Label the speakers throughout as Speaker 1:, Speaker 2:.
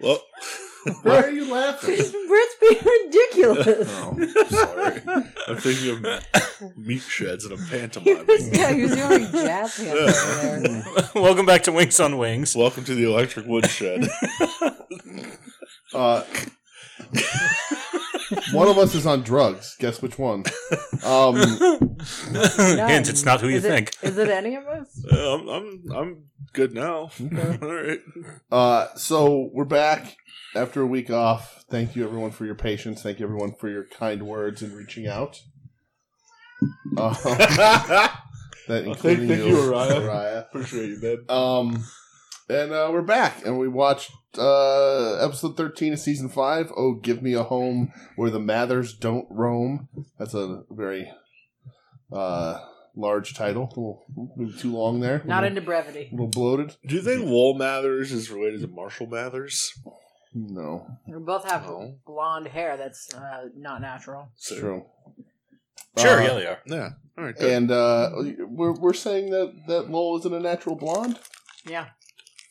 Speaker 1: Well,
Speaker 2: Why are you laughing?
Speaker 3: Brett's being ridiculous.
Speaker 1: oh, I'm sorry. I'm thinking of meat shreds and I'm pantomiming.
Speaker 3: yeah, he was the only jazz hands over there.
Speaker 4: Welcome back to Winks on Wings.
Speaker 1: Welcome to the electric woodshed.
Speaker 2: Uh, one of us is on drugs. Guess which one? Um,
Speaker 4: Hint, it's not who you
Speaker 3: Is it-
Speaker 4: think.
Speaker 3: Is it any of us?
Speaker 1: I'm, I'm, I'm good now. All right.
Speaker 2: uh, so we're back after a week off. Thank you, everyone, for your patience. Thank you, everyone, for your kind words and reaching out. Uh, that
Speaker 1: Well, thank-
Speaker 2: including
Speaker 1: thank
Speaker 2: you,
Speaker 1: you, Araya.
Speaker 2: Araya.
Speaker 1: Appreciate you, man.
Speaker 2: Um, and uh, we're back, and we watched uh, episode 13 of season 5. Oh, give me a home where the Mathers don't roam. That's a very uh, large title. A little, maybe too long there.
Speaker 3: Not
Speaker 2: a
Speaker 3: into brevity.
Speaker 2: little bloated.
Speaker 1: Do you think Lowell Mathers is related to Marshall Mathers?
Speaker 2: No,
Speaker 3: We both have
Speaker 1: No.
Speaker 3: blonde hair that's uh, not natural.
Speaker 2: it's true.
Speaker 4: Sure,
Speaker 2: Uh,
Speaker 4: yeah, they are.
Speaker 1: Yeah. All right. Good.
Speaker 2: And uh, we're we're saying that that Lowell isn't a natural blonde.
Speaker 3: Yeah,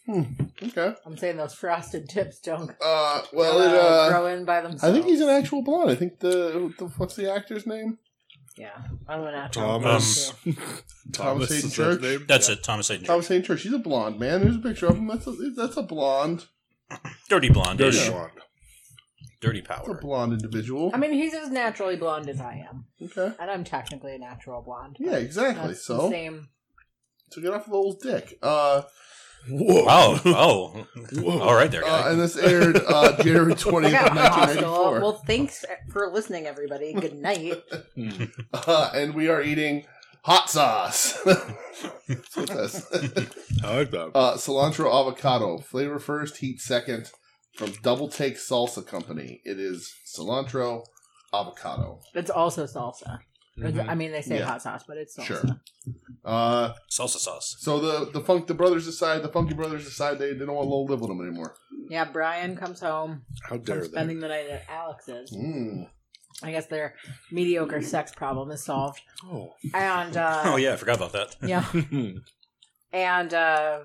Speaker 2: Okay.
Speaker 3: I'm saying those frosted tips don't
Speaker 2: Uh, well,
Speaker 3: well,
Speaker 2: it, uh,
Speaker 3: grow in by themselves.
Speaker 2: I think he's an actual blonde. I think the, the what's the actor's name?
Speaker 3: Yeah, I'm an natural.
Speaker 1: Thomas.
Speaker 3: Yeah.
Speaker 2: Thomas
Speaker 1: Um, is his
Speaker 2: Church?
Speaker 1: name?
Speaker 4: That's it, Thomas Hayden.
Speaker 2: Thomas Hayden Church. He's a blonde man. There's a picture of him. That's a, that's a blonde.
Speaker 4: Dirty blonde.
Speaker 1: Dirty
Speaker 4: Dirty,
Speaker 2: Yeah.
Speaker 1: blonde.
Speaker 4: dirty
Speaker 2: That's a
Speaker 4: power.
Speaker 2: blonde individual.
Speaker 3: I mean, he's as naturally blonde as I am,
Speaker 2: okay.
Speaker 3: and I'm technically a natural blonde.
Speaker 2: Yeah, exactly.
Speaker 3: That's the
Speaker 2: So,
Speaker 3: same.
Speaker 2: so get off of old dick. Uh,
Speaker 1: Whoa.
Speaker 4: Wow. Oh. All right there,
Speaker 2: uh,
Speaker 4: guy.
Speaker 2: and this aired uh, January
Speaker 3: I
Speaker 2: twentieth,
Speaker 3: got
Speaker 2: nineteen
Speaker 3: lost.
Speaker 2: ninety
Speaker 3: Well,
Speaker 2: four.
Speaker 3: well, thanks for listening, everybody. Good night.
Speaker 1: Hmm.
Speaker 2: Uh, and we are eating hot sauce. That's what it says.
Speaker 1: I like that.
Speaker 2: uh, cilantro avocado flavor first, heat second. From Double Take Salsa Company, it is cilantro avocado.
Speaker 3: It's also salsa.
Speaker 1: Hmm.
Speaker 3: It's-
Speaker 1: Mm-hmm.
Speaker 3: I mean, they say
Speaker 2: Yeah.
Speaker 3: hot sauce, but it's salsa.
Speaker 2: Sure. Uh,
Speaker 4: Salsa sauce.
Speaker 2: So the the funk the brothers decide the funky brothers decide they, they don't want Lowell to live with them anymore.
Speaker 3: Yeah, Brian comes home
Speaker 1: How dare
Speaker 3: from
Speaker 1: they?
Speaker 3: spending the night at Alex's.
Speaker 2: Mm.
Speaker 3: I guess their mediocre sex problem is solved.
Speaker 1: Oh.
Speaker 3: And uh,
Speaker 4: Oh, yeah, I forgot about that.
Speaker 3: yeah, and uh,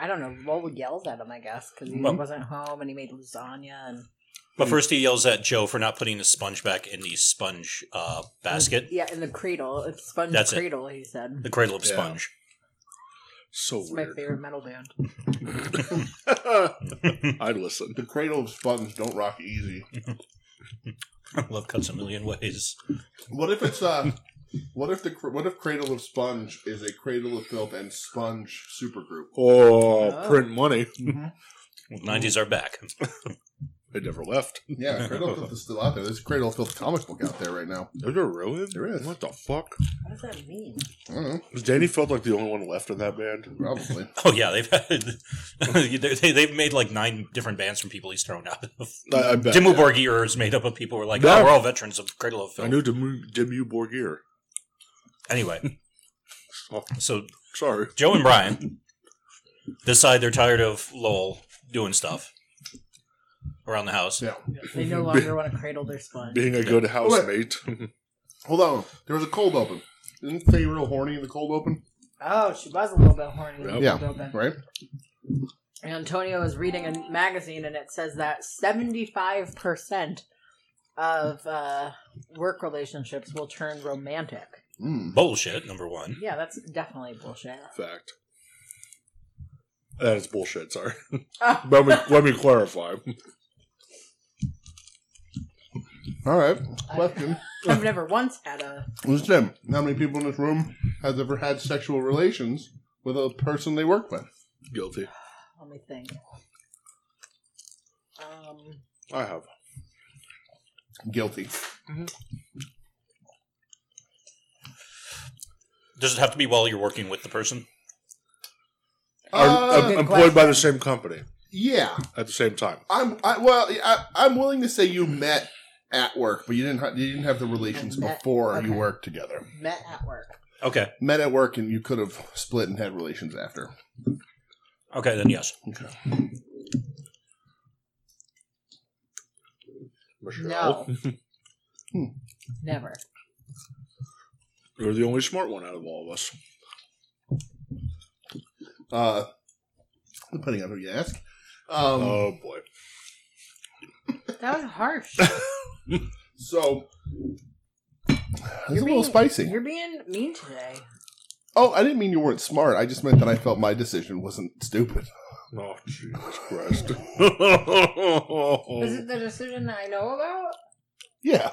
Speaker 3: I don't know. Lowell yells at him, I guess, because he
Speaker 4: Well-
Speaker 3: wasn't home and he made lasagna and
Speaker 4: But first he yells at Joe for not putting the sponge back in the sponge uh, basket.
Speaker 3: yeah, in the cradle, it's sponge
Speaker 4: That's it.
Speaker 3: cradle. He said.
Speaker 4: The cradle of
Speaker 1: Yeah.
Speaker 4: sponge.
Speaker 1: So
Speaker 3: It's my
Speaker 1: weird.
Speaker 3: favorite metal band.
Speaker 1: I'd listen.
Speaker 2: The cradle of sponge don't rock easy.
Speaker 4: Love cuts a million ways.
Speaker 2: What if it's uh what if the cr- what if cradle of sponge is a cradle of filth and sponge supergroup?
Speaker 1: Oh, print money.
Speaker 4: 90s are back.
Speaker 1: They never left.
Speaker 2: Yeah, cradle of filth is still out there. There's a cradle of filth comic book out there right now.
Speaker 1: There's a ruin?
Speaker 2: There is.
Speaker 1: What the fuck?
Speaker 3: What does that mean?
Speaker 2: I don't know,
Speaker 1: Is Danny felt like the only one left in that band?
Speaker 2: probably.
Speaker 4: Oh, yeah, they've had. they, they've made like nine different bands from people he's thrown out of.
Speaker 1: I, I bet.
Speaker 4: Dimmu Borgir is made up of people who are like,
Speaker 1: Yeah.
Speaker 4: oh, we're all veterans of Cradle of
Speaker 1: I
Speaker 4: Filth.
Speaker 1: knew Demu, Demu Borgir.
Speaker 4: anyway,
Speaker 1: Oh,
Speaker 4: so
Speaker 1: sorry.
Speaker 4: Joe and Brian decide they're tired of Lowell doing stuff around the house.
Speaker 2: Yeah.
Speaker 3: They no longer want to cradle their sponge.
Speaker 1: Being a good housemate.
Speaker 2: Hold on. There was a cold open. Didn't they real horny in the cold open?
Speaker 3: Oh, she was a little bit horny.
Speaker 1: Yep.
Speaker 2: Yeah.
Speaker 3: Open.
Speaker 2: Right?
Speaker 3: Antonio is reading a magazine and it says that 75% of uh, work relationships will turn romantic.
Speaker 2: Mm.
Speaker 4: Bullshit, number one.
Speaker 3: Yeah, that's definitely bullshit.
Speaker 1: Fact. That is bullshit, sorry.
Speaker 3: Oh.
Speaker 1: let, me, let me clarify.
Speaker 2: All right. Question.
Speaker 3: I've never once had a.
Speaker 2: Listen, how many people in this room has ever had sexual relations with a person they work with?
Speaker 1: Guilty.
Speaker 3: Let me think. Um,
Speaker 1: I have.
Speaker 2: Guilty.
Speaker 4: Does it have to be while you're working with the person?
Speaker 2: Uh,
Speaker 1: Are, em-
Speaker 3: Oh, good
Speaker 1: employed
Speaker 3: question.
Speaker 1: by the same company
Speaker 2: Yeah,
Speaker 1: at the same time.
Speaker 2: I'm. I, well, I, I'm willing to say you met at work, but you didn't. Ha- you didn't have the relations
Speaker 3: Met-
Speaker 2: before you
Speaker 3: okay.
Speaker 2: worked together.
Speaker 3: met at work.
Speaker 4: Okay.
Speaker 2: Met at work, and you could have split and had relations after.
Speaker 4: Okay, then yes.
Speaker 3: No. Never.
Speaker 1: You're the only smart one out of all of us.
Speaker 2: Uh, depending on who you ask. Um,
Speaker 1: oh boy.
Speaker 3: That was harsh.
Speaker 2: So it's a
Speaker 3: being-
Speaker 2: little spicy.
Speaker 3: You're being mean today.
Speaker 2: Oh, I didn't mean you weren't smart. I just meant that I felt my decision wasn't stupid.
Speaker 1: Oh Jesus Christ.
Speaker 3: Is it the decision that I know about?
Speaker 2: Yeah,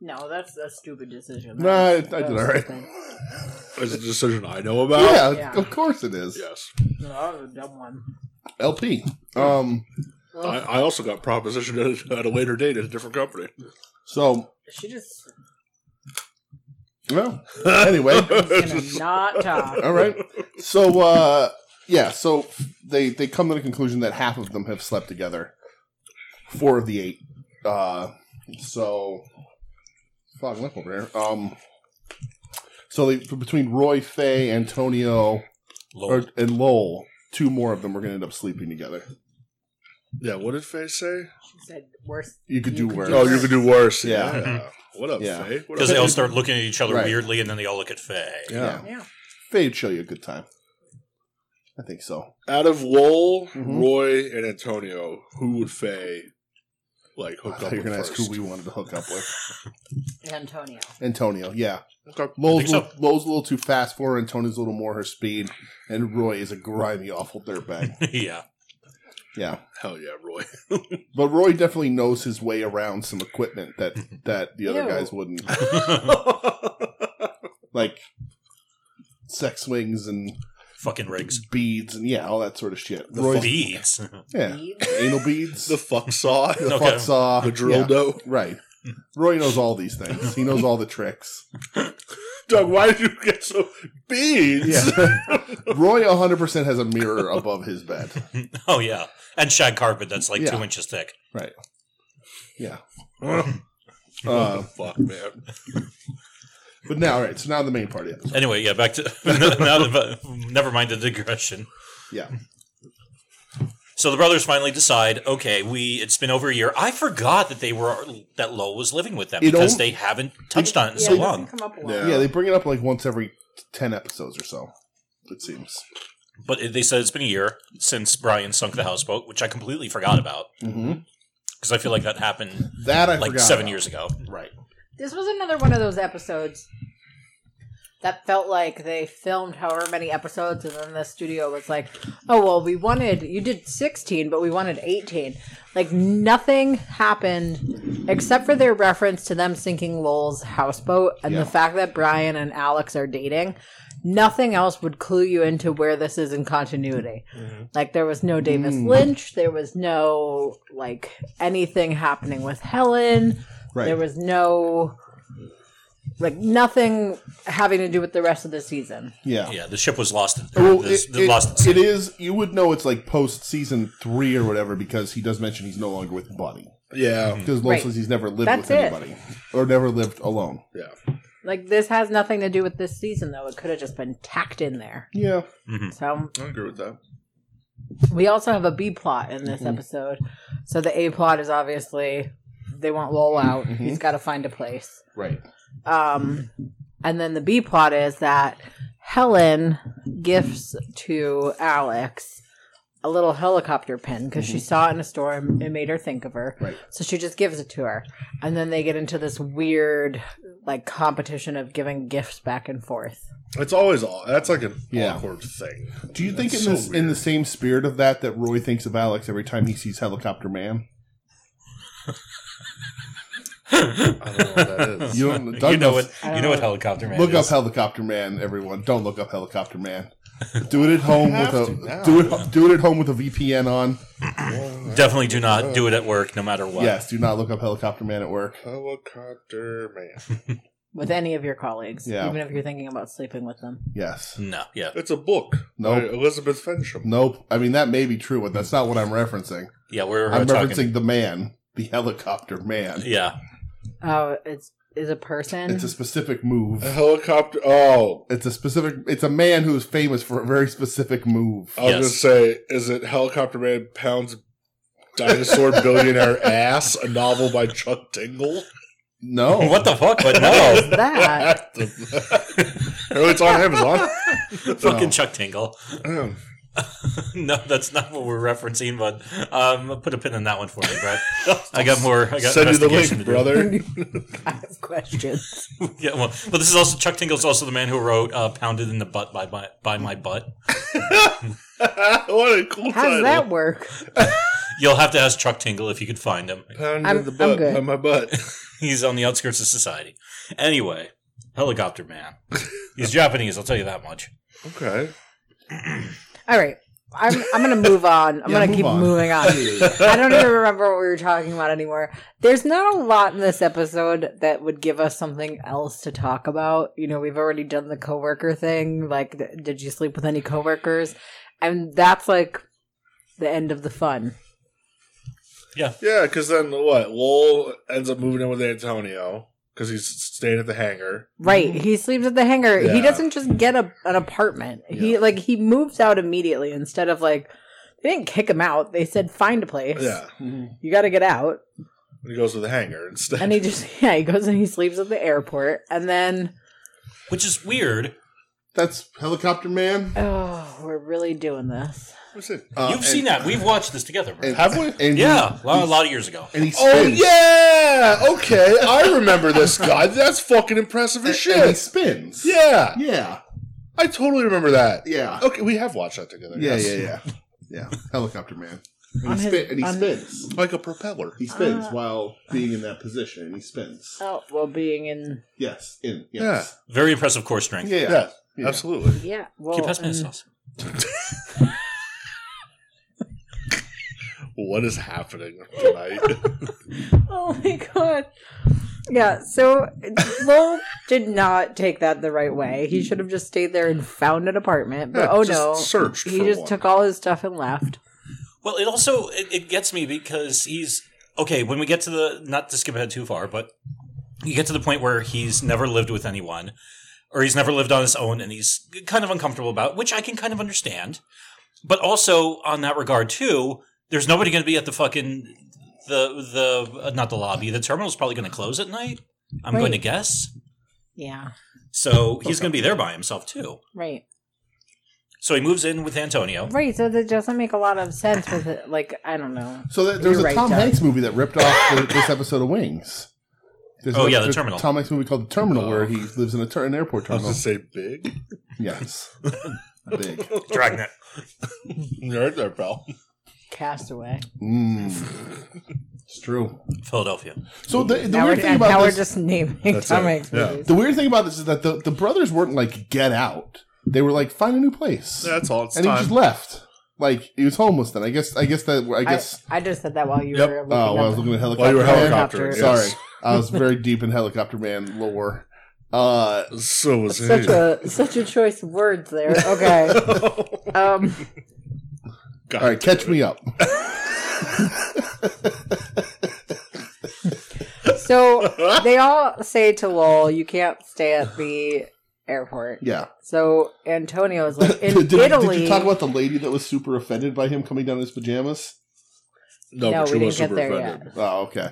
Speaker 3: No, that's a stupid decision.
Speaker 2: no, I, I
Speaker 3: That
Speaker 2: did
Speaker 3: was- that
Speaker 2: all
Speaker 3: was
Speaker 2: right.
Speaker 3: stupid.
Speaker 1: It's a decision I know about.
Speaker 2: yeah,
Speaker 3: Yeah.
Speaker 2: of course it is.
Speaker 1: Yes.
Speaker 3: No, that was a dumb one.
Speaker 2: LP. Um,
Speaker 3: Ugh,
Speaker 1: I, I also got propositioned at, at a later date at a different company.
Speaker 2: so
Speaker 3: she just
Speaker 2: well, anyway,
Speaker 3: is gonna not talk.
Speaker 2: all right. So uh, yeah, so they they come to the conclusion that half of them have slept together. Four of the eight. Uh, so fuck, look over there. Um, so they between Roy, Faye, Antonio,
Speaker 4: Lord.
Speaker 2: or, and Lowell, two more of them are going to end up sleeping together.
Speaker 1: Yeah, what did Faye say?
Speaker 3: She said worse.
Speaker 2: You could
Speaker 3: You
Speaker 2: do
Speaker 3: could
Speaker 2: worse.
Speaker 3: do
Speaker 1: Oh, you could do worse.
Speaker 2: Yeah.
Speaker 1: What up,
Speaker 2: Yeah.
Speaker 1: Faye? What
Speaker 4: Because
Speaker 1: up?
Speaker 4: they all start looking at each other
Speaker 2: Right.
Speaker 4: weirdly, and then they all look at Faye.
Speaker 1: Yeah.
Speaker 3: Yeah.
Speaker 2: Faye'd show you a good time. I think so.
Speaker 1: Out of Lowell,
Speaker 2: Mhm.
Speaker 1: Roy, and Antonio, who would Faye like
Speaker 2: I
Speaker 1: hook
Speaker 2: thought
Speaker 1: up
Speaker 2: you were
Speaker 1: with
Speaker 2: going to
Speaker 1: first?
Speaker 2: ask who we wanted to hook up with.
Speaker 3: Antonio.
Speaker 2: Antonio, yeah.
Speaker 1: Okay.
Speaker 2: Lowell's,
Speaker 4: so.
Speaker 2: little- Lowell's a little too fast for her, Antonio's a little more her speed, and Roy is a grimy, awful dirtbag.
Speaker 4: yeah.
Speaker 2: yeah.
Speaker 1: Hell yeah, Roy.
Speaker 2: But Roy definitely knows his way around some equipment that, that the other
Speaker 3: Ew.
Speaker 2: guys wouldn't. Like sex swings and
Speaker 4: Fucking rigs.
Speaker 2: beads and, yeah, all that sort of shit.
Speaker 1: The
Speaker 2: Roy's-
Speaker 4: Beads.
Speaker 2: Yeah.
Speaker 3: Eve?
Speaker 2: Anal beads.
Speaker 1: the fuck saw,
Speaker 2: the
Speaker 1: the,
Speaker 4: Okay.
Speaker 2: fuck saw.
Speaker 1: drill
Speaker 2: yeah.
Speaker 1: dough.
Speaker 2: Right. Roy knows all these things. He knows all the tricks.
Speaker 1: Doug, why did you get so beads?
Speaker 2: Roy 100% has a mirror above his bed.
Speaker 4: oh, yeah. And shag carpet that's like
Speaker 2: Yeah.
Speaker 4: two inches thick.
Speaker 2: Yeah.
Speaker 1: What the
Speaker 2: Uh,
Speaker 1: fuck, man.
Speaker 2: but now, all right, so now the main party. episode.
Speaker 4: Anyway, yeah, back to. now that, never mind the digression.
Speaker 2: Yeah.
Speaker 4: So the brothers finally decide, okay, we it's been over a year. I forgot that they were that Lowell was living with them
Speaker 2: You
Speaker 4: because
Speaker 2: don't-
Speaker 4: they haven't touched on it in
Speaker 3: Yeah,
Speaker 4: so
Speaker 3: it doesn't
Speaker 4: long.
Speaker 3: Come up a lot.
Speaker 1: Yeah.
Speaker 2: Yeah, they bring it up like once every 10 episodes or so, it seems.
Speaker 4: But it- they said it's been a year since Brian sunk the houseboat, which I completely forgot about
Speaker 2: Mm-hmm.
Speaker 4: because I feel like that happened
Speaker 2: That I
Speaker 4: like
Speaker 2: forgot.
Speaker 4: seven
Speaker 2: about.
Speaker 4: years ago.
Speaker 2: Right.
Speaker 3: This was another one of those episodes that felt like they filmed however many episodes, and then the studio was like, "Oh well, we wanted you did 16, but we wanted 18." Like nothing happened except for their reference to them sinking Lowell's houseboat and
Speaker 2: Yeah.
Speaker 3: the fact that Brian and Alex are dating. Nothing else would clue you into where this is in continuity. Like there was no Davis
Speaker 2: Mm-hmm. Mm.
Speaker 3: Lynch, there was no like anything happening with Helen.
Speaker 2: Right.
Speaker 3: There was no like nothing having to do with the rest of the season.
Speaker 2: yeah.
Speaker 4: Yeah, the ship was lost. In,
Speaker 2: Well,
Speaker 4: the,
Speaker 2: it,
Speaker 4: the lost at
Speaker 2: it,
Speaker 4: sea.
Speaker 2: it is, you would know it's like post season three or whatever because he does mention he's no longer with Buddy.
Speaker 1: Yeah.
Speaker 2: Because Lowell
Speaker 3: Right.
Speaker 2: says he's never lived
Speaker 3: That's
Speaker 2: with
Speaker 3: it.
Speaker 2: anybody or never lived alone.
Speaker 1: Yeah.
Speaker 3: Like this has nothing to do with this season though. It could have just been tacked in there.
Speaker 2: Yeah.
Speaker 3: So
Speaker 1: I agree with that.
Speaker 3: we also have a B plot in this episode. So the A plot is obviously they want Lowell out. He's got to find a place.
Speaker 2: Right.
Speaker 3: Um, and then the B plot is that Helen gifts to Alex a little helicopter pin because she saw it in a store and it made her think of her.
Speaker 2: Mm-hmm. Right.
Speaker 3: So she just gives it to her. And then they get into this weird like competition of giving gifts back and forth.
Speaker 1: It's always all. That's like an
Speaker 2: Yeah.
Speaker 1: awkward thing.
Speaker 2: Do you think in
Speaker 1: That's
Speaker 2: this
Speaker 1: so
Speaker 2: in the
Speaker 1: weird.
Speaker 2: same spirit of that that Roy thinks of Alex every time he sees Helicopter Man?
Speaker 1: I don't know what that is.
Speaker 2: You don't,
Speaker 4: you
Speaker 2: Doug
Speaker 4: know
Speaker 2: knows-
Speaker 4: what? You know what helicopter man.
Speaker 2: Look up
Speaker 4: is.
Speaker 2: Helicopter Man, everyone. Don't look up Helicopter Man. Do it at home with
Speaker 1: have to
Speaker 2: a
Speaker 1: now.
Speaker 2: do it do it at home with a VPN on.
Speaker 4: Definitely do not do it at work, no matter what.
Speaker 2: Yes, do not look up Helicopter Man at work.
Speaker 1: Helicopter man.
Speaker 3: With any of your colleagues,
Speaker 2: Yeah.
Speaker 3: even if you're thinking about sleeping with them.
Speaker 2: Yes.
Speaker 4: No. Yeah.
Speaker 1: It's a book. by
Speaker 2: Nope.
Speaker 1: Elizabeth Fensham.
Speaker 2: Nope. I mean that may be true, but that's not what I'm referencing.
Speaker 4: Yeah. We're
Speaker 2: I'm
Speaker 4: talking.
Speaker 2: referencing the man, the helicopter man.
Speaker 4: yeah.
Speaker 3: Oh, it's is a person.
Speaker 2: It's a specific move.
Speaker 1: A helicopter. Oh,
Speaker 2: It's a specific it's a man who is famous for a very specific move.
Speaker 1: I was
Speaker 4: Yes.
Speaker 1: gonna say, is it Helicopter Man pounds dinosaur billionaire ass? A novel by Chuck Tingle.
Speaker 2: No.
Speaker 4: What the fuck? But no.
Speaker 3: that?
Speaker 1: Oh, it's on Amazon.
Speaker 4: Fucking
Speaker 2: No.
Speaker 4: Chuck Tingle.
Speaker 1: Um,
Speaker 4: no, that's not what we're referencing, but um, put a pin in that one for me, Brad. I got more. I got
Speaker 1: Send you the
Speaker 4: investigation
Speaker 1: link,
Speaker 4: to do.
Speaker 1: brother.
Speaker 3: I have questions.
Speaker 4: Yeah, well, but this is also Chuck Tingle's also the man who wrote uh, "Pounded in the Butt" by my, by my butt.
Speaker 1: what a cool
Speaker 3: How
Speaker 1: title.
Speaker 3: does that work?
Speaker 4: You'll have to ask Chuck Tingle if you could find him.
Speaker 1: Pound
Speaker 3: I'm-
Speaker 1: in the
Speaker 3: I'm
Speaker 1: butt
Speaker 3: good.
Speaker 1: by my butt.
Speaker 4: He's on the outskirts of society. Anyway, helicopter man. He's Japanese. I'll tell you that much.
Speaker 1: Okay.
Speaker 3: All right. I'm, I'm going to move on. I'm
Speaker 2: Yeah,
Speaker 3: going to
Speaker 2: move
Speaker 3: keep
Speaker 2: on.
Speaker 3: moving on. I don't even remember what we were talking about anymore. There's not a lot in this episode that would give us something else to talk about. You know, we've already done the coworker thing. Like, th- did you sleep with any coworkers? And that's like the end of the fun.
Speaker 1: Yeah, because then what? Lowell ends up moving in with Antonio because he's staying at the hangar.
Speaker 2: Mm-hmm.
Speaker 3: Right. He sleeps at the hangar. He
Speaker 1: Yeah.
Speaker 3: doesn't just get a, an apartment. He
Speaker 1: Yeah.
Speaker 3: like he moves out immediately instead of like they didn't kick him out. They said find a place.
Speaker 1: Yeah,
Speaker 3: You got to get out.
Speaker 1: he goes to the hangar instead.
Speaker 3: And he just yeah, he goes and he sleeps at the airport and then
Speaker 4: Which is weird.
Speaker 2: That's Helicopter Man.
Speaker 3: oh, we're really doing this.
Speaker 1: What's it?
Speaker 2: Uh,
Speaker 4: You've
Speaker 2: and-
Speaker 4: seen that. We've watched this together. Brad.
Speaker 2: and-
Speaker 1: Have we?
Speaker 2: and he-
Speaker 4: yeah, a lot, a lot of years ago.
Speaker 2: and he
Speaker 1: Oh
Speaker 2: spins.
Speaker 1: yeah. Okay, I remember this guy. That's fucking impressive as
Speaker 2: And- And he
Speaker 1: shit.
Speaker 2: spins.
Speaker 1: Yeah,
Speaker 2: Yeah.
Speaker 1: I totally remember that.
Speaker 2: Yeah.
Speaker 1: Okay, we have watched that together.
Speaker 2: Yeah,
Speaker 1: yes.
Speaker 2: yeah, yeah. Yeah. Helicopter Man.
Speaker 3: On
Speaker 2: And he,
Speaker 3: his-
Speaker 2: spin, and he
Speaker 3: on-
Speaker 2: spins.
Speaker 1: Like a propeller.
Speaker 2: He spins
Speaker 3: Uh,
Speaker 2: while being in that position. And he spins.
Speaker 3: Oh, well being in
Speaker 2: yes. In. Yes.
Speaker 4: Very impressive core strength.
Speaker 2: Yeah.
Speaker 1: Yeah,
Speaker 2: Yeah.
Speaker 1: absolutely.
Speaker 3: yeah, well
Speaker 4: Keep passing me the
Speaker 3: in-
Speaker 4: sauce.
Speaker 1: What is happening tonight?
Speaker 3: Oh my god. Yeah, so Lowell did not take that the right way. He should have just stayed there and found an apartment. But
Speaker 1: Yeah,
Speaker 3: oh
Speaker 1: just
Speaker 3: no,
Speaker 1: searched
Speaker 3: He
Speaker 1: for
Speaker 3: just
Speaker 1: one.
Speaker 3: took all his stuff and left.
Speaker 4: Well, it also it, it gets me because he's okay. When we get to the not to skip ahead too far, but you get to the point where he's never lived with anyone, or he's never lived on his own, and he's kind of uncomfortable about, which I can kind of understand. But also on that regard too, there's nobody going to be at the fucking the the uh, not the lobby. The terminal's probably going to close at night. I'm going to
Speaker 3: Right.
Speaker 4: guess.
Speaker 3: Yeah,
Speaker 4: So he's going to be there by himself too.
Speaker 3: right,
Speaker 4: So he moves in with Antonio.
Speaker 3: right. So that doesn't make a lot of sense with it. Like I don't know.
Speaker 2: So that, there's
Speaker 3: You're
Speaker 2: a
Speaker 3: right,
Speaker 2: Tom
Speaker 3: Doug.
Speaker 2: Hanks movie that ripped off the, this episode of Wings. There's
Speaker 4: Oh,
Speaker 2: a-
Speaker 4: yeah, The
Speaker 2: there's a
Speaker 4: Terminal.
Speaker 2: Tom Hanks movie called The Terminal,
Speaker 4: Oh.
Speaker 2: where he lives in a ter- an airport
Speaker 1: I
Speaker 2: terminal.
Speaker 1: was gonna say big.
Speaker 2: Yes, big.
Speaker 4: Dragnet.
Speaker 1: You're right there, pal.
Speaker 3: Castaway.
Speaker 2: Mm. It's true.
Speaker 4: Philadelphia.
Speaker 2: So the, the
Speaker 3: Now, we're,
Speaker 2: weird thing
Speaker 3: and now
Speaker 2: about
Speaker 3: we're
Speaker 2: this,
Speaker 3: just naming
Speaker 1: That's
Speaker 3: Tom
Speaker 1: it.
Speaker 3: Hanks
Speaker 1: Yeah.
Speaker 3: movies.
Speaker 2: the weird thing about this is that the, the brothers weren't like get out. They were like find a new place,
Speaker 1: That's all. It's
Speaker 2: and he
Speaker 1: time.
Speaker 2: just left. Like he was homeless then. I guess. I guess that. I
Speaker 3: I,
Speaker 2: guess.
Speaker 3: I just said that while you
Speaker 1: Yep.
Speaker 3: were looking
Speaker 2: oh, well, I was
Speaker 3: up.
Speaker 2: looking at helicopter.
Speaker 1: While you were
Speaker 2: Man.
Speaker 1: helicoptering.
Speaker 3: Helicopter.
Speaker 1: yes.
Speaker 2: Sorry, I was very deep in helicopter man lore. Uh,
Speaker 1: So was he.
Speaker 3: such a such a choice of words there. Okay. um.
Speaker 1: God.
Speaker 2: all right, catch me up.
Speaker 3: So they all say to Lowell, "You can't stay at the airport."
Speaker 2: Yeah.
Speaker 3: So Antonio's like, "In
Speaker 2: did, did- did
Speaker 3: Italy,
Speaker 2: you talk about the lady that was super offended by him coming down in his pajamas?
Speaker 1: No,
Speaker 3: No,
Speaker 1: but
Speaker 3: we
Speaker 1: she was
Speaker 3: didn't get
Speaker 1: super
Speaker 3: there
Speaker 1: offended.
Speaker 2: Oh, okay.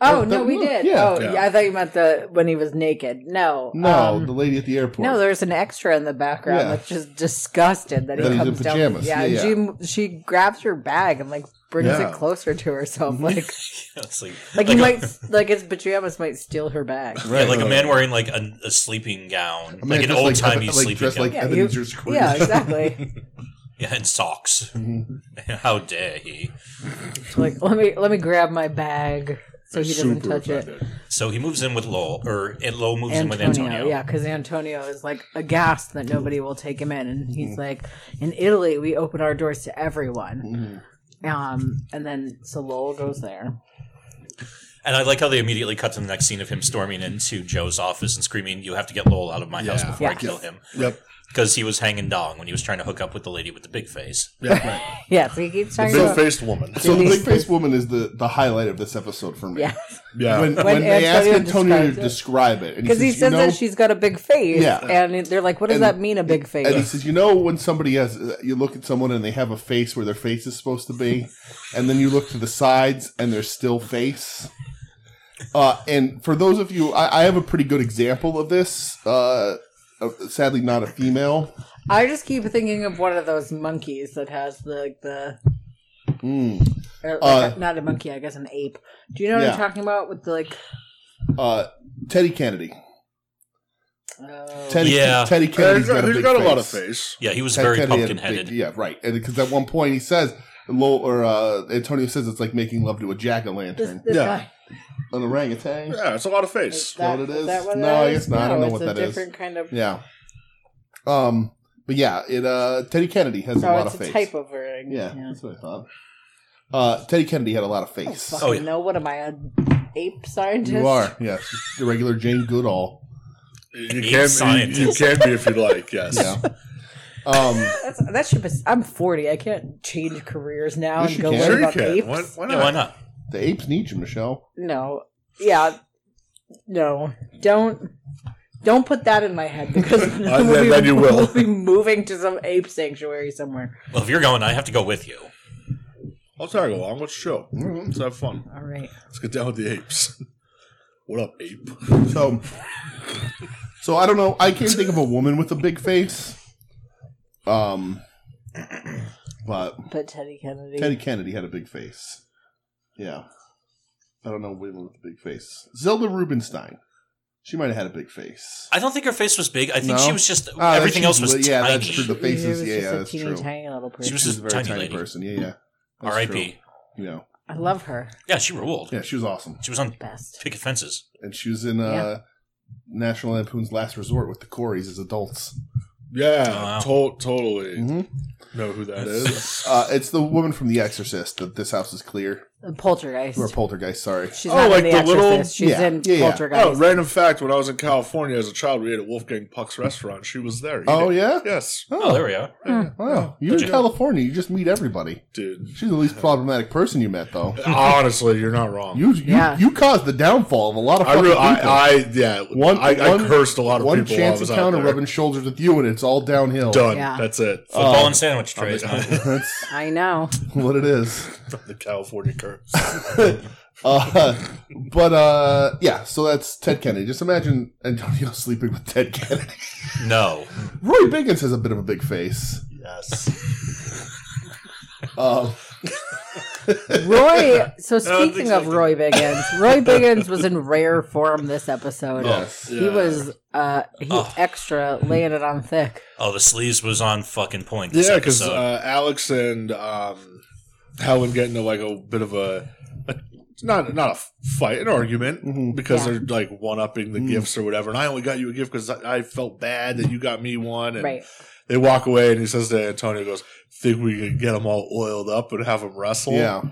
Speaker 3: Oh
Speaker 2: Oh,
Speaker 3: no,
Speaker 2: that-
Speaker 3: we
Speaker 2: no,
Speaker 3: did.
Speaker 2: yeah.
Speaker 3: oh,
Speaker 1: Yeah.
Speaker 3: yeah. I thought you meant the when he was naked. No,
Speaker 2: No,
Speaker 3: um,
Speaker 2: the lady at the airport.
Speaker 3: no. There's an extra in the background
Speaker 2: Yeah.
Speaker 3: that's just disgusted that
Speaker 2: That
Speaker 3: he
Speaker 2: he's in
Speaker 3: comes down.
Speaker 2: pajamas.
Speaker 3: Yeah,
Speaker 2: Yeah,
Speaker 3: and she she grabs her bag and like brings
Speaker 1: Yeah.
Speaker 3: it closer to herself, like
Speaker 4: It's like
Speaker 3: like he
Speaker 4: a-
Speaker 3: might like his pajamas might steal her bag.
Speaker 4: Yeah, like a man wearing like a, a sleeping gown,
Speaker 2: A man
Speaker 4: like an
Speaker 2: dressed
Speaker 4: old timey
Speaker 2: like,
Speaker 4: sleeping
Speaker 2: dressed
Speaker 4: gown,
Speaker 2: like
Speaker 3: Yeah, you-
Speaker 2: Ebenezer Scrooge.
Speaker 3: Yeah, exactly.
Speaker 4: yeah, and socks.
Speaker 2: Mhm.
Speaker 4: How dare he?
Speaker 3: like let me let me grab my bag so he doesn't
Speaker 1: Super
Speaker 3: touch it.
Speaker 1: offended.
Speaker 4: So he moves in with Lowell, or and Lowell moves in with
Speaker 3: Antonio,
Speaker 4: Antonio.
Speaker 3: yeah, because Antonio is like aghast that nobody will take him in, and he's
Speaker 2: Mm-hmm.
Speaker 3: like, "In Italy, we open our doors to everyone."
Speaker 2: Mhm.
Speaker 3: Um, and then so Lowell goes there.
Speaker 4: And I like how they immediately cut to the next scene of him storming into Joe's office and screaming, "You have to get Lowell out of my house
Speaker 1: Yeah.
Speaker 4: before I
Speaker 3: Yeah.
Speaker 4: kill him,"
Speaker 1: Yep.
Speaker 4: because he was hanging dong when he was trying to hook up with the lady with the big face.
Speaker 1: Yeah. Right.
Speaker 3: Yeah, so he keeps talking
Speaker 1: Big
Speaker 3: about
Speaker 1: faced woman.
Speaker 2: So the
Speaker 3: Denise-
Speaker 2: big faced woman is the, the highlight of this episode for me.
Speaker 3: yeah,
Speaker 1: Yeah.
Speaker 2: When, when,
Speaker 3: When
Speaker 2: they ask
Speaker 3: Antonio
Speaker 2: Antonio to
Speaker 3: describes it.
Speaker 2: describe it, and
Speaker 3: because he
Speaker 2: says,
Speaker 3: says
Speaker 2: you know,
Speaker 3: that she's got a big face,
Speaker 2: Yeah.
Speaker 3: and they're like, "What does
Speaker 2: And-
Speaker 3: that mean, a big
Speaker 2: and he
Speaker 3: face?"
Speaker 2: says, you know, when somebody has, you look at someone and they have a face where their face is supposed to be, and then you look to the sides and there's still face. Uh, and for those of you, I, I have a pretty good example of this. Uh, uh, sadly not a female.
Speaker 3: I just keep thinking of one of those monkeys that has the like the
Speaker 2: Hmm.
Speaker 3: or,
Speaker 2: Uh,
Speaker 3: like, not a monkey, I guess an ape. Do you know what
Speaker 2: Yeah.
Speaker 3: I'm talking about with the like?
Speaker 2: Uh, Teddy Kennedy.
Speaker 3: Uh,
Speaker 2: Teddy,
Speaker 4: Yeah.
Speaker 2: Teddy
Speaker 1: He's
Speaker 2: Kennedy's
Speaker 1: got,
Speaker 2: got, a,
Speaker 1: he's
Speaker 2: big
Speaker 1: got a
Speaker 2: face.
Speaker 1: lot of face.
Speaker 4: Yeah, he was
Speaker 2: Ted
Speaker 4: very
Speaker 2: Kennedy had a
Speaker 4: pumpkin headed.
Speaker 2: big- Yeah, right. And because at one point he says, "Lo- or uh, Antonio says it's like making love to a jack o'
Speaker 3: this,
Speaker 2: lantern,
Speaker 3: this
Speaker 1: Yeah.
Speaker 3: guy.
Speaker 2: an orangutan."
Speaker 1: Yeah, it's a lot of face.
Speaker 2: that what it is?
Speaker 3: that
Speaker 2: No, I guess not. I don't know
Speaker 3: it's
Speaker 2: what
Speaker 3: a
Speaker 2: that is.
Speaker 3: different kind of.
Speaker 2: Yeah. Um. But yeah, it. Uh, Teddy Kennedy has a
Speaker 3: oh,
Speaker 2: lot
Speaker 3: it's
Speaker 2: of
Speaker 3: a
Speaker 2: face.
Speaker 3: type of ring.
Speaker 2: Yeah, that's what I thought. Uh, Teddy Kennedy had a lot of face. Oh,
Speaker 3: Fucking
Speaker 4: Oh, yeah.
Speaker 3: no! What am I, an ape scientist?
Speaker 2: you are, yes, the regular Jane Goodall.
Speaker 1: You
Speaker 4: He's
Speaker 1: can,
Speaker 4: scientist.
Speaker 1: you, you can be if you'd like, yes.
Speaker 2: Yeah. Um.
Speaker 3: That's, that should be. I'm 40. I can't change careers now
Speaker 2: Yes,
Speaker 3: and
Speaker 2: you
Speaker 3: go
Speaker 2: can.
Speaker 3: learn
Speaker 1: Sure you
Speaker 3: about
Speaker 1: can.
Speaker 3: apes.
Speaker 1: Why, why not?
Speaker 4: Yeah, why not?
Speaker 2: The apes need you, Michelle.
Speaker 3: No. Yeah. No. Don't. Don't put that in my head because
Speaker 1: then- then you will.
Speaker 3: We'll be moving to some ape sanctuary somewhere.
Speaker 4: Well, if you're going, I have to go with you.
Speaker 1: I'll tag along. Let's chill.
Speaker 2: Mm-hmm.
Speaker 1: Let's have fun.
Speaker 3: All right.
Speaker 1: Let's get down with the apes. What up, ape?
Speaker 2: So, so I don't know. I can't think of a woman with a big face. Um, but
Speaker 3: But Teddy Kennedy.
Speaker 2: Teddy Kennedy had a big face. Yeah, I don't know women with a big face. Zelda Rubinstein, she might have had a big face.
Speaker 4: I don't think her face was big. I think
Speaker 2: No?
Speaker 4: she was just
Speaker 2: Ah, that's
Speaker 4: everything else Oh, was
Speaker 2: usually- yeah,
Speaker 4: tiny.
Speaker 2: that's true. The
Speaker 3: She was
Speaker 2: faces, yeah,
Speaker 3: just
Speaker 2: yeah,
Speaker 3: a
Speaker 2: that's
Speaker 3: teeny
Speaker 2: true.
Speaker 3: tiny little person.
Speaker 4: She was
Speaker 2: She's
Speaker 4: just
Speaker 2: a
Speaker 4: a
Speaker 2: very
Speaker 4: tiny
Speaker 2: tiny,
Speaker 4: lady.
Speaker 2: person. Yeah, yeah. That's
Speaker 4: R.I.P.
Speaker 2: true. You know,
Speaker 3: I love her.
Speaker 4: Yeah, she ruled.
Speaker 2: yeah, she was awesome,
Speaker 4: She was on
Speaker 3: Best.
Speaker 4: picket fences.
Speaker 2: and she was in uh, National Lampoon's Last Resort with the Coreys as adults.
Speaker 1: Yeah, to- totally
Speaker 2: Mm-hmm.
Speaker 1: know who that is.
Speaker 2: Uh, it's the woman from The Exorcist that this house is clear.
Speaker 3: The Poltergeist.
Speaker 2: Or poltergeist, sorry.
Speaker 3: She's
Speaker 1: Oh,
Speaker 3: not
Speaker 1: like
Speaker 3: in the,
Speaker 1: the
Speaker 3: Exorcist.
Speaker 1: little-
Speaker 3: She's
Speaker 2: yeah,
Speaker 3: in
Speaker 2: yeah, yeah.
Speaker 3: Poltergeist.
Speaker 1: Oh, random fact. When I was in California as a child, we ate at Wolfgang Puck's restaurant. She was there. eating.
Speaker 2: Oh yeah?
Speaker 1: Yes.
Speaker 4: Oh, there we are.
Speaker 2: Wow. You're in California, you just meet everybody.
Speaker 1: Dude.
Speaker 2: She's the least problematic person you met though.
Speaker 1: Honestly, you're not wrong.
Speaker 2: You you,
Speaker 3: Yeah.
Speaker 2: you caused the downfall of a lot of
Speaker 1: I
Speaker 2: fucking
Speaker 1: really,
Speaker 2: people.
Speaker 1: I, I, yeah.
Speaker 2: One-
Speaker 1: I, I
Speaker 2: one-
Speaker 1: cursed a lot of
Speaker 2: One
Speaker 1: people. while I
Speaker 2: chance
Speaker 1: was
Speaker 2: encounter
Speaker 1: out there.
Speaker 2: rubbing Uh, shoulders with you and it's all downhill.
Speaker 1: Done.
Speaker 3: Yeah.
Speaker 1: That's it. Fuck
Speaker 4: Football and sandwich trays. man.
Speaker 2: That's
Speaker 3: I know.
Speaker 2: what it is.
Speaker 1: the California curse.
Speaker 2: Uh, but uh yeah, so that's Ted Kennedy. Just imagine Antonio sleeping with Ted Kennedy.
Speaker 4: no.
Speaker 2: Roy Biggins has a bit of a big face.
Speaker 1: yes. Oh.
Speaker 2: Uh,
Speaker 3: Roy. So
Speaker 1: think
Speaker 3: speaking
Speaker 1: so.
Speaker 3: of Roy Biggins, Roy Biggins was in rare form this episode.
Speaker 2: yes.
Speaker 3: He was uh he
Speaker 4: Oh.
Speaker 3: extra laying it on thick.
Speaker 4: Oh, the sleeves was on fucking point. This
Speaker 1: Yeah, because
Speaker 4: episode.
Speaker 1: uh, Alex and um, Helen get into like a bit of a, a not not a fight, an argument
Speaker 2: Mhm.
Speaker 1: because
Speaker 3: Yeah.
Speaker 1: they're like one upping the
Speaker 2: Mm.
Speaker 1: gifts or whatever. And I only got you a gift because I, I felt bad that you got me one. And
Speaker 3: Right.
Speaker 1: they walk away, and he says to Antonio, he "Goes think we could get them all oiled up and have them wrestle?
Speaker 2: Yeah.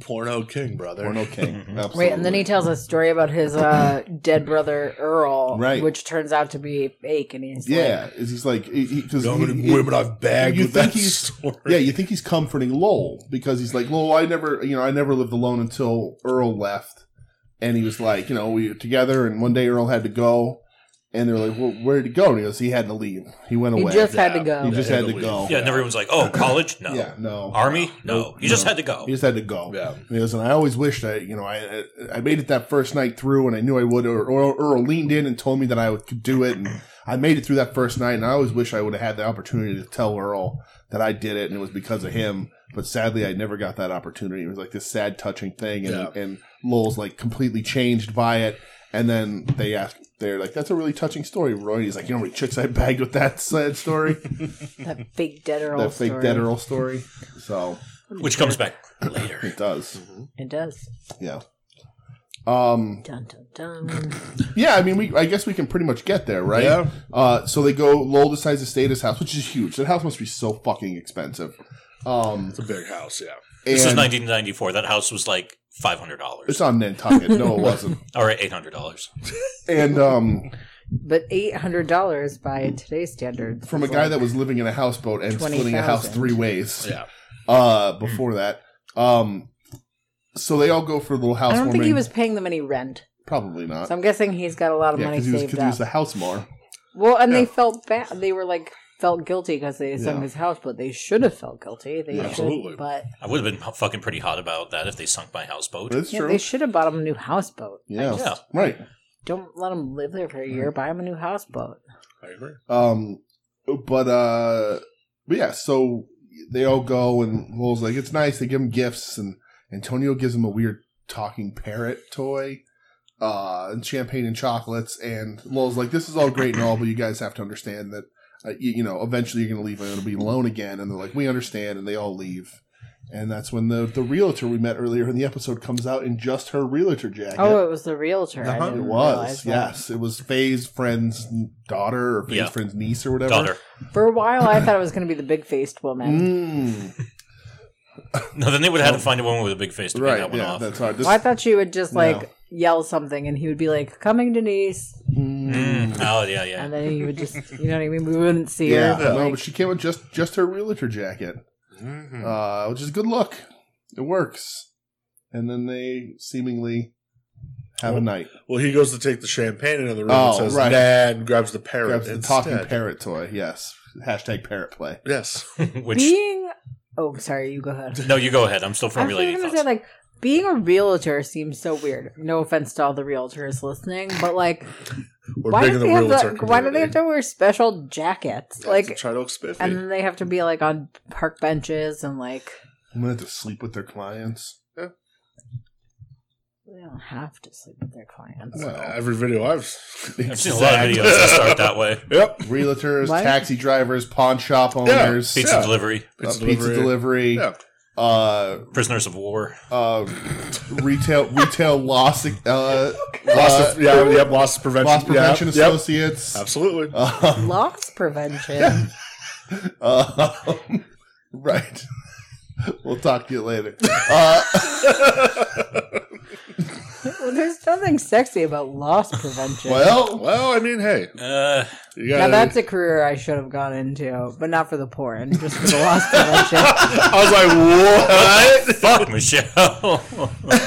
Speaker 1: porno king, brother.
Speaker 2: Porno King.
Speaker 4: Mhm.
Speaker 2: Absolutely.
Speaker 3: Right, and then he tells a story about his uh dead brother Earl,
Speaker 2: Right.
Speaker 3: which turns out to be fake and he's like,
Speaker 2: Yeah, is he's like because
Speaker 1: You know how many women I've bagged
Speaker 2: you
Speaker 1: with that
Speaker 2: think he's-
Speaker 1: story.
Speaker 2: yeah, you think he's comforting Lowell because he's like, Lowell, I never, you know, I never lived alone until Earl left, and he was like, you know, we were together, and one day Earl had to go, and they're like, well, where did he go? And he goes, he had to leave. He went
Speaker 3: He
Speaker 2: away.
Speaker 3: just had to go.
Speaker 2: He just
Speaker 1: Yeah,
Speaker 2: had
Speaker 1: the
Speaker 2: to
Speaker 1: leave.
Speaker 2: go.
Speaker 4: yeah, and everyone's like, "Oh, college? No.
Speaker 2: Yeah, no.
Speaker 4: Army? No. You just
Speaker 2: No.
Speaker 4: had to go."
Speaker 2: He just had to go.
Speaker 1: Yeah.
Speaker 2: And he goes, and I always wished I, you know, I I- I made it that first night through, and I knew I would. Or Earl, Earl leaned in and told me that I would, could do it, and I made it through that first night. And I always wish I would have had the opportunity to tell Earl that I did it, and it was because of him. But sadly, I never got that opportunity. It was like this sad, touching thing, and and Lowell's like completely changed by it. And then they ask, they're like, "That's a really touching story, Roy." He's like, "You know how many chicks I bagged with that sad story,
Speaker 3: that fake dead Earl
Speaker 2: that fake
Speaker 3: story.
Speaker 2: dead Earl story." So
Speaker 4: Which comes back later.
Speaker 2: it does,
Speaker 3: It does.
Speaker 2: yeah. Um,
Speaker 3: Dun dun dun.
Speaker 2: Yeah, I mean, we I guess we can pretty much get there, right?
Speaker 1: Yeah.
Speaker 2: Uh, so they go. Lowell decides to stay at his house, which is huge. That house must be so fucking expensive. Um,
Speaker 1: It's a big house, yeah.
Speaker 4: This was
Speaker 2: and
Speaker 4: 1994. That house was like five hundred dollars,
Speaker 2: It's on Nantucket. No, it wasn't.
Speaker 4: or eight hundred dollars.
Speaker 2: And um,
Speaker 3: but eight hundred dollars by today's standards.
Speaker 2: from a
Speaker 3: is
Speaker 2: guy
Speaker 3: like-
Speaker 2: that was living in a houseboat and splitting a house
Speaker 3: 20,000.
Speaker 2: three ways.
Speaker 1: Yeah.
Speaker 2: Uh, before that, um, so they all go for a little
Speaker 3: I
Speaker 2: housewarming.
Speaker 3: don't think he was paying them any rent.
Speaker 2: probably not.
Speaker 3: So I'm guessing he's got a lot of
Speaker 2: yeah,
Speaker 3: money
Speaker 2: because he was
Speaker 3: saved
Speaker 2: because
Speaker 3: up.
Speaker 2: he was the house more.
Speaker 3: Well, and
Speaker 1: Yeah.
Speaker 3: they felt bad. They were like felt guilty because they sunk
Speaker 2: Yeah.
Speaker 3: his house, but they should have felt guilty. They
Speaker 2: Yeah,
Speaker 3: should,
Speaker 1: absolutely.
Speaker 3: but
Speaker 4: I would have been pu- fucking pretty hot about that if they sunk my houseboat.
Speaker 2: That's
Speaker 3: yeah,
Speaker 2: true.
Speaker 3: they should have bought him a new houseboat.
Speaker 2: yeah.
Speaker 4: Yeah.
Speaker 2: Right.
Speaker 3: Don't let him live there for a year. Buy him a new houseboat.
Speaker 1: I agree.
Speaker 2: Um, but uh, but yeah, so they all go and Lowell's like, it's nice. They give him gifts, and Antonio gives him a weird talking parrot toy, uh, and champagne and chocolates. And Lowell's like, this is all great and all, but you guys have to understand that, uh, you, you know, eventually you're going to leave and it'll be alone again. And they're like, we understand, and they all leave. And that's when the the realtor we met earlier in the episode comes out in just her realtor jacket.
Speaker 3: Oh, it was the realtor. I
Speaker 2: Uh-huh,
Speaker 3: didn't
Speaker 2: it
Speaker 3: realize
Speaker 2: was.
Speaker 3: that.
Speaker 2: Yes, it was Faye's friend's daughter or Faye's
Speaker 4: Yeah.
Speaker 2: friend's niece or whatever.
Speaker 4: Daughter.
Speaker 3: For a while, I thought it was going to be the big faced woman.
Speaker 2: Mm,
Speaker 4: No, then they would have had to find a woman with a big face to pay
Speaker 2: right.
Speaker 4: that one
Speaker 2: yeah,
Speaker 4: off.
Speaker 2: that's hard. This,
Speaker 3: Well, I thought she would just
Speaker 2: No.
Speaker 3: like yell something, and he would be like, "Coming, Denise,"
Speaker 2: mm,
Speaker 4: Mm. Oh yeah, yeah.
Speaker 3: and then he would just, you know what I mean? We wouldn't see
Speaker 2: yeah,
Speaker 3: her. But
Speaker 2: no,
Speaker 3: like,
Speaker 2: but she came with just just her realtor jacket,
Speaker 1: Mm.
Speaker 2: uh, which is a good look. It works. And then they seemingly have a night.
Speaker 1: Well, he goes to take the champagne into the room
Speaker 2: Oh,
Speaker 1: and says,
Speaker 2: right.
Speaker 1: nah, and grabs the parrot.
Speaker 2: Grabs the
Speaker 1: instead.
Speaker 2: talking parrot toy. Yes. Hashtag parrot play.
Speaker 1: Yes.
Speaker 4: Which
Speaker 3: being, oh, sorry, you go ahead.
Speaker 4: no, you go ahead. I'm still
Speaker 3: I was
Speaker 4: formulating
Speaker 3: going to
Speaker 4: thoughts.
Speaker 3: say like being a realtor seems so weird. No offense to all the realtors listening, but like,
Speaker 1: We're
Speaker 3: why
Speaker 1: big
Speaker 3: do
Speaker 1: in the
Speaker 3: they have
Speaker 1: realtor
Speaker 3: to, why do they have to wear special jackets?
Speaker 1: to
Speaker 3: Like,
Speaker 1: try to expand
Speaker 3: and then they have to be like on park benches and like.
Speaker 2: I'm going to have to sleep with their clients.
Speaker 3: They don't have to sleep with their clients.
Speaker 1: Well, Uh, every video I've,
Speaker 4: I've seen a lot of videos that start that way.
Speaker 1: Yep.
Speaker 2: Realtors,
Speaker 3: What?
Speaker 2: taxi drivers, pawn shop owners,
Speaker 4: Pizza
Speaker 1: Yeah.
Speaker 4: delivery,
Speaker 2: uh,
Speaker 1: Pizza
Speaker 2: pizza delivery,
Speaker 1: Yeah.
Speaker 2: uh,
Speaker 4: prisoners of war.
Speaker 2: uh, retail retail loss uh,
Speaker 1: Loss
Speaker 2: loss,
Speaker 1: of, yeah, yep, loss prevention.
Speaker 2: loss prevention
Speaker 1: yeah, yep,
Speaker 2: associates.
Speaker 1: Absolutely.
Speaker 2: Uh,
Speaker 3: Loss prevention.
Speaker 2: uh, right. We'll talk to you later. Uh,
Speaker 3: Well, there's nothing sexy about loss prevention.
Speaker 2: well,
Speaker 1: well, I mean, hey,
Speaker 4: Uh,
Speaker 1: you
Speaker 3: now
Speaker 1: gotta,
Speaker 3: that's a career I should have gone into, but not for the porn, just for the loss prevention.
Speaker 1: I was like, what?
Speaker 4: fuck Michelle.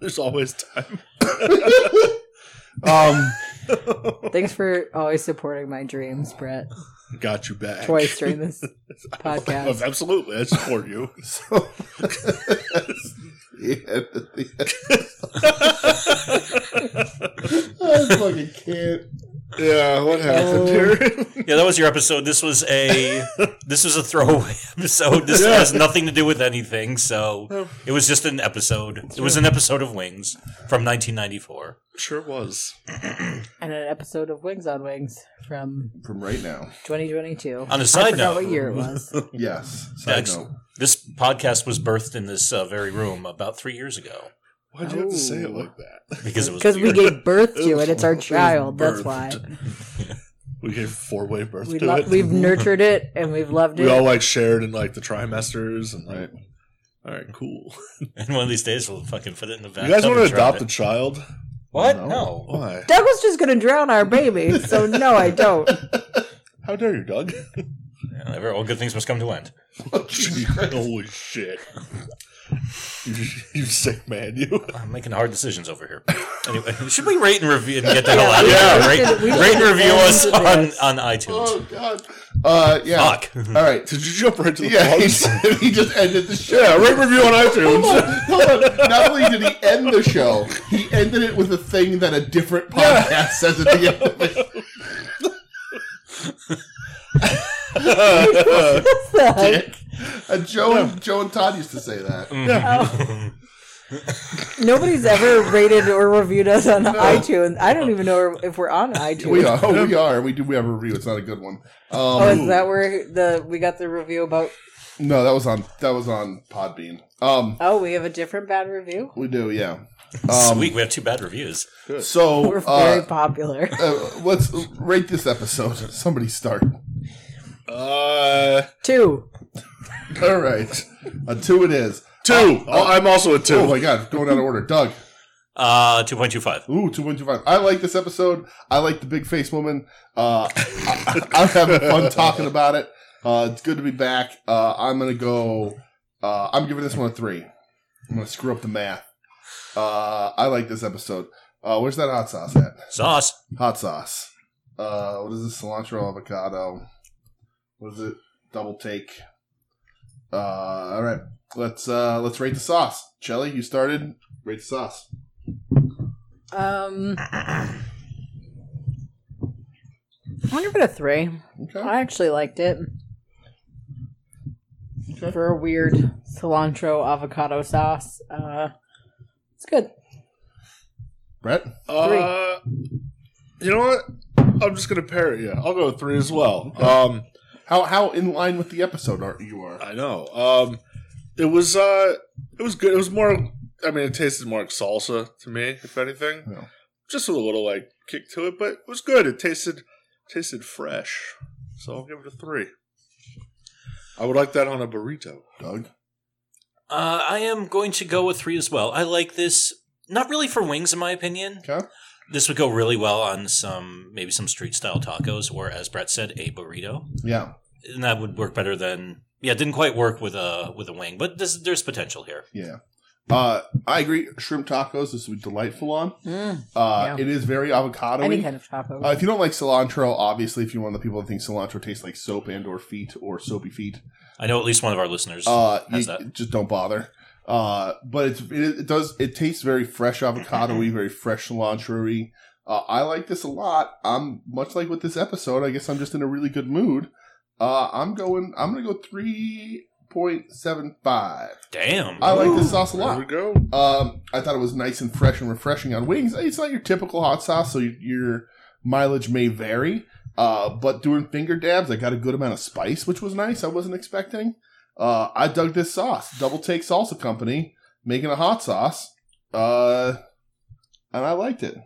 Speaker 1: There's always time.
Speaker 2: um,
Speaker 3: Thanks for always supporting my dreams, Brett.
Speaker 1: Got you back.
Speaker 3: Twice during this
Speaker 1: Oh,
Speaker 3: podcast.
Speaker 1: absolutely. I support you.
Speaker 2: so yeah, yeah. I fucking can't.
Speaker 1: yeah, what happened
Speaker 3: Oh.
Speaker 1: here?
Speaker 4: yeah, that was your episode. This was a this was a throwaway episode. This has nothing to do with anything. So it was just an episode. It was an episode of Wings from 1994.
Speaker 1: sure was.
Speaker 3: And an episode of Wings on Wings from
Speaker 2: From right now.
Speaker 3: 2022.
Speaker 4: On a
Speaker 3: I
Speaker 4: side
Speaker 3: forgot
Speaker 4: note,
Speaker 3: what year it was.
Speaker 2: Yes. Side
Speaker 4: Next.
Speaker 2: note.
Speaker 4: this podcast was birthed in this uh, very room about three years ago
Speaker 1: Why'd you have to say it
Speaker 3: Oh.
Speaker 1: like that?
Speaker 4: because it was
Speaker 3: Because we
Speaker 4: weird.
Speaker 3: gave birth to it. It's our
Speaker 1: It was
Speaker 3: child. That's
Speaker 1: birthed.
Speaker 3: why.
Speaker 1: We gave four way birth
Speaker 3: We
Speaker 1: to
Speaker 3: lo-
Speaker 1: it.
Speaker 3: we've nurtured it and we've loved it.
Speaker 1: we all like shared in like the trimesters and like,
Speaker 2: Right.
Speaker 1: all right, cool.
Speaker 4: and one of these days we'll fucking put it in the back.
Speaker 1: You guys want to adopt a child?
Speaker 4: what?
Speaker 2: No.
Speaker 4: No.
Speaker 1: Why?
Speaker 3: Doug was just going to drown our baby, so no, I don't.
Speaker 1: How dare you, Doug?
Speaker 4: Yeah, every- all good things must come to an end.
Speaker 1: Holy shit. you, you sick man, you.
Speaker 4: I'm making hard decisions over here. Anyway, should we rate and review and get the hell out of
Speaker 1: Yeah,
Speaker 4: here?
Speaker 3: we
Speaker 4: Rate,
Speaker 3: should- we
Speaker 4: rate and
Speaker 3: should
Speaker 4: review
Speaker 3: end
Speaker 4: us
Speaker 3: this.
Speaker 4: on, on iTunes.
Speaker 2: Oh, God. Uh, yeah.
Speaker 4: Fuck.
Speaker 2: All right.
Speaker 1: Did you jump right to the
Speaker 2: Yeah, he,
Speaker 1: plugs?
Speaker 2: did. he just ended the show.
Speaker 1: Yeah, rate review on
Speaker 2: Hold
Speaker 1: iTunes.
Speaker 2: on, hold on. Not only did he end the show, he ended it with a thing that a different podcast says at the end of it.
Speaker 3: Doug.
Speaker 2: Uh, Joe, and, Joe and Todd used to say that.
Speaker 1: Mm-hmm.
Speaker 3: Nobody's ever rated or reviewed us on iTunes. I don't even know if we're on iTunes.
Speaker 2: We are, we are. We do. We have a review. It's not a good one.
Speaker 3: Oh,
Speaker 2: Um,
Speaker 3: is that where the we got the review about?
Speaker 2: no, that was on. That was on Podbean. Um,
Speaker 3: Oh, we have a different bad review.
Speaker 2: we do. Yeah. Um,
Speaker 4: Sweet, we have two bad reviews.
Speaker 2: So
Speaker 3: We're very
Speaker 2: uh,
Speaker 3: popular.
Speaker 2: uh, let's rate this episode. Somebody start.
Speaker 1: Uh,
Speaker 3: Two.
Speaker 2: All right. A two. It is. Uh,
Speaker 1: two. oh, I'm also a two.
Speaker 2: Oh my god, going out of order. Doug.
Speaker 4: Uh, 2.25.
Speaker 2: Ooh, two one two five. I like this episode. I like the big face woman. Uh, I, I'm having fun talking about it. Uh, it's good to be back. Uh, I'm gonna go. Uh, I'm giving this one a three. I'm gonna screw up the math. Uh, I like this episode. Uh, where's that hot sauce at?
Speaker 4: Sauce.
Speaker 2: Hot sauce. Uh, what is this? Cilantro avocado. What is it? Double take. Uh, all right. Let's uh, let's rate the sauce. Shelly, you started. Rate the sauce.
Speaker 3: Um, I'll give it a three.
Speaker 2: Okay.
Speaker 3: I actually liked it. For a weird cilantro avocado sauce. Uh, it's good.
Speaker 2: Brett?
Speaker 1: Uh, you know what? I'm just gonna pair it. Yeah, I'll go with three as well. Um,
Speaker 2: How how in line with the episode are you are?
Speaker 1: I know. Um, it was uh, it was good. It was more. I mean, it tasted more like salsa to me, if anything.
Speaker 2: Yeah.
Speaker 1: Just with a little like kick to it, but it was good. It tasted tasted fresh. So I'll give it a three. I would like that on a burrito.
Speaker 2: Doug?
Speaker 4: Uh, I am going to go with three as well. I like this, not really for wings, in my opinion.
Speaker 2: Okay.
Speaker 4: This would go really well on some, maybe some street style tacos, or as Brett said, a burrito.
Speaker 2: Yeah.
Speaker 4: And that would work better than, yeah, it didn't quite work with a, with a wing, but this, there's potential here.
Speaker 2: Yeah. Uh, I agree. Shrimp tacos. This would be delightful on.
Speaker 3: Mm,
Speaker 2: Uh,
Speaker 3: Yeah.
Speaker 2: It is very avocado.
Speaker 3: any kind of taco.
Speaker 2: Uh, if you don't like cilantro, obviously, if you're one of the people that think cilantro tastes like soap and or feet or soapy feet,
Speaker 4: I know at least one of our listeners.
Speaker 2: uh, you,
Speaker 4: How's that?
Speaker 2: just don't bother. Uh, but it's, it, it does it tastes very fresh avocado-y, very fresh cilantro-y. Uh, I like this a lot. I'm much like with this episode. I guess I'm just in a really good mood. Uh, I'm going. I'm gonna go three point seven five.
Speaker 4: Damn.
Speaker 2: I like this sauce a
Speaker 1: There
Speaker 2: lot.
Speaker 1: we go.
Speaker 2: Um, I thought it was nice and fresh and refreshing on wings. It's not your typical hot sauce, so your mileage may vary. Uh, but doing finger dabs, I got a good amount of spice, which was nice. I wasn't expecting. Uh, I dug this sauce. Double Take Salsa Company making a hot sauce. Uh, and I liked it.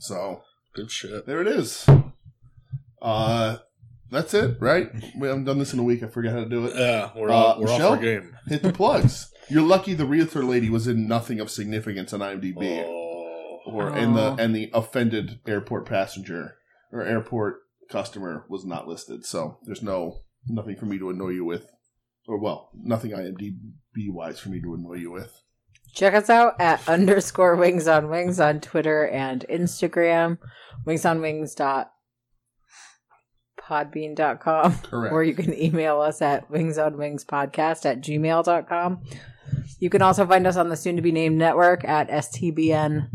Speaker 2: So
Speaker 1: Good shit.
Speaker 2: there it is. Uh, that's it, right? We haven't done this in a week. I forgot how to do it.
Speaker 1: Yeah, we're
Speaker 2: Uh,
Speaker 1: off, we're off
Speaker 2: Michelle?
Speaker 1: our game.
Speaker 2: Hit the plugs. You're lucky the realtor lady was in nothing of significance on IMDb
Speaker 1: Oh,
Speaker 2: or and the
Speaker 3: Aw.
Speaker 2: and the offended airport passenger or airport customer was not listed. So there's no nothing for me to annoy you with, or well, nothing IMDb wise for me to annoy you with.
Speaker 3: Check us out at underscore wings on wings on Twitter and Instagram, wings on wings dot podbean.com,
Speaker 2: Correct.
Speaker 3: or you can email us at wings on wings podcast at gmail.com. You can also find us on the soon to be named network at STBN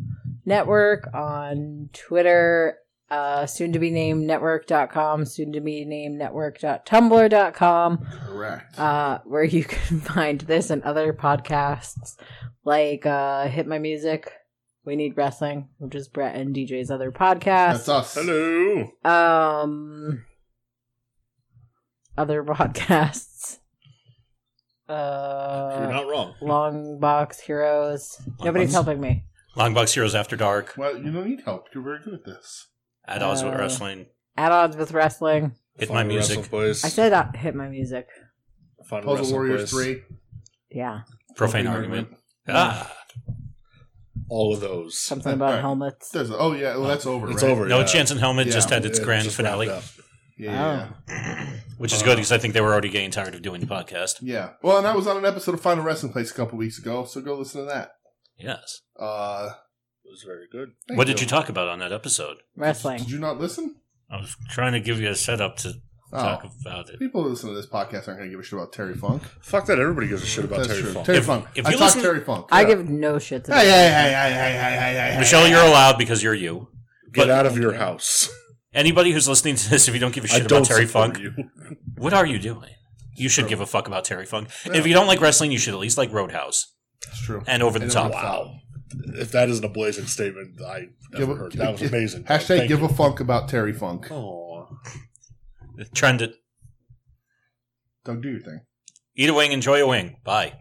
Speaker 3: network on Twitter, uh, soon to be named network.com, soon to be named network.tumblr.com
Speaker 2: Correct.
Speaker 3: uh, where you can find this and other podcasts like uh, Hit My Music, We Need Wrestling, which is Brett and DJ's other
Speaker 2: That's
Speaker 3: podcast.
Speaker 2: us.
Speaker 1: hello.
Speaker 3: Um, other podcasts.
Speaker 1: You're
Speaker 3: Uh,
Speaker 1: not wrong.
Speaker 3: Long Box Heroes. Nobody's
Speaker 4: Box.
Speaker 3: helping me.
Speaker 4: Longbox Heroes After Dark,
Speaker 2: Well, you don't need help. You're very good at this.
Speaker 4: At Odds with
Speaker 3: Uh,
Speaker 4: Wrestling,
Speaker 3: At odds with wrestling.
Speaker 4: Hit My
Speaker 1: Find a
Speaker 4: Music.
Speaker 1: wrestling place.
Speaker 3: I said uh, hit my music.
Speaker 1: Find a
Speaker 2: Puzzle
Speaker 1: wrestling
Speaker 2: Warriors
Speaker 1: place.
Speaker 2: three.
Speaker 3: Yeah,
Speaker 4: Profane
Speaker 2: Profane
Speaker 4: Argument.
Speaker 2: Argument.
Speaker 4: Ah,
Speaker 1: All of those.
Speaker 3: something about
Speaker 2: Alright.
Speaker 3: helmets.
Speaker 2: There's a, oh yeah, well, that's over.
Speaker 1: It's
Speaker 2: right?
Speaker 1: over.
Speaker 4: no
Speaker 1: yeah.
Speaker 4: Chance and Helmet
Speaker 2: Yeah,
Speaker 4: just had its
Speaker 1: Yeah,
Speaker 4: grand
Speaker 1: just
Speaker 4: finale.
Speaker 1: wrapped up.
Speaker 2: Yeah, yeah,
Speaker 4: Oh.
Speaker 2: yeah.
Speaker 4: Which is good because I think they were already getting tired of doing the podcast.
Speaker 2: yeah. Well, and I was on an episode of Final Wrestling Place a couple weeks ago, so go listen to that.
Speaker 4: Yes.
Speaker 2: Uh,
Speaker 1: It was very good.
Speaker 2: thank
Speaker 4: what did you talk about on that episode?
Speaker 3: Wrestling.
Speaker 2: Did you not listen?
Speaker 4: I was trying to give you a setup to
Speaker 2: Oh,
Speaker 4: talk about it.
Speaker 2: people who listen to this podcast aren't going to give a shit about Terry Funk.
Speaker 1: Fuck that. Everybody gives a shit about
Speaker 2: That's
Speaker 1: Terry
Speaker 2: true.
Speaker 1: Funk.
Speaker 2: Terry
Speaker 4: If-
Speaker 2: Funk.
Speaker 4: if
Speaker 2: I
Speaker 4: you
Speaker 2: talk
Speaker 4: listen-
Speaker 2: Terry Funk.
Speaker 3: I
Speaker 2: Yeah.
Speaker 3: give no shits.
Speaker 2: Hey, hey, hey,
Speaker 3: About
Speaker 2: hey, hey, hey, hey, hey,
Speaker 4: Michelle, you're allowed because you're you.
Speaker 1: Get
Speaker 4: But-
Speaker 1: out of your house.
Speaker 4: Anybody who's listening to this, if you don't give a
Speaker 1: I
Speaker 4: shit
Speaker 1: don't
Speaker 4: about Terry
Speaker 1: support
Speaker 4: Funk,
Speaker 1: You.
Speaker 4: what are you doing? You should
Speaker 2: True.
Speaker 4: give a fuck about Terry Funk.
Speaker 2: Yeah.
Speaker 4: If you don't like wrestling, you should at least like Roadhouse
Speaker 2: It's true.
Speaker 4: and Over the
Speaker 2: And
Speaker 4: Top.
Speaker 2: Over the Top.
Speaker 1: Wow. If that isn't a blazing statement, I ever
Speaker 2: Give a-
Speaker 1: heard. That was
Speaker 2: give-
Speaker 1: amazing. Doug.
Speaker 2: Hashtag
Speaker 1: Thank
Speaker 2: give
Speaker 1: you.
Speaker 2: a funk about Terry Funk.
Speaker 1: Aw.
Speaker 4: Trend it.
Speaker 2: Doug, do your thing.
Speaker 4: Eat a wing, enjoy a wing. Bye.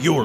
Speaker 5: You're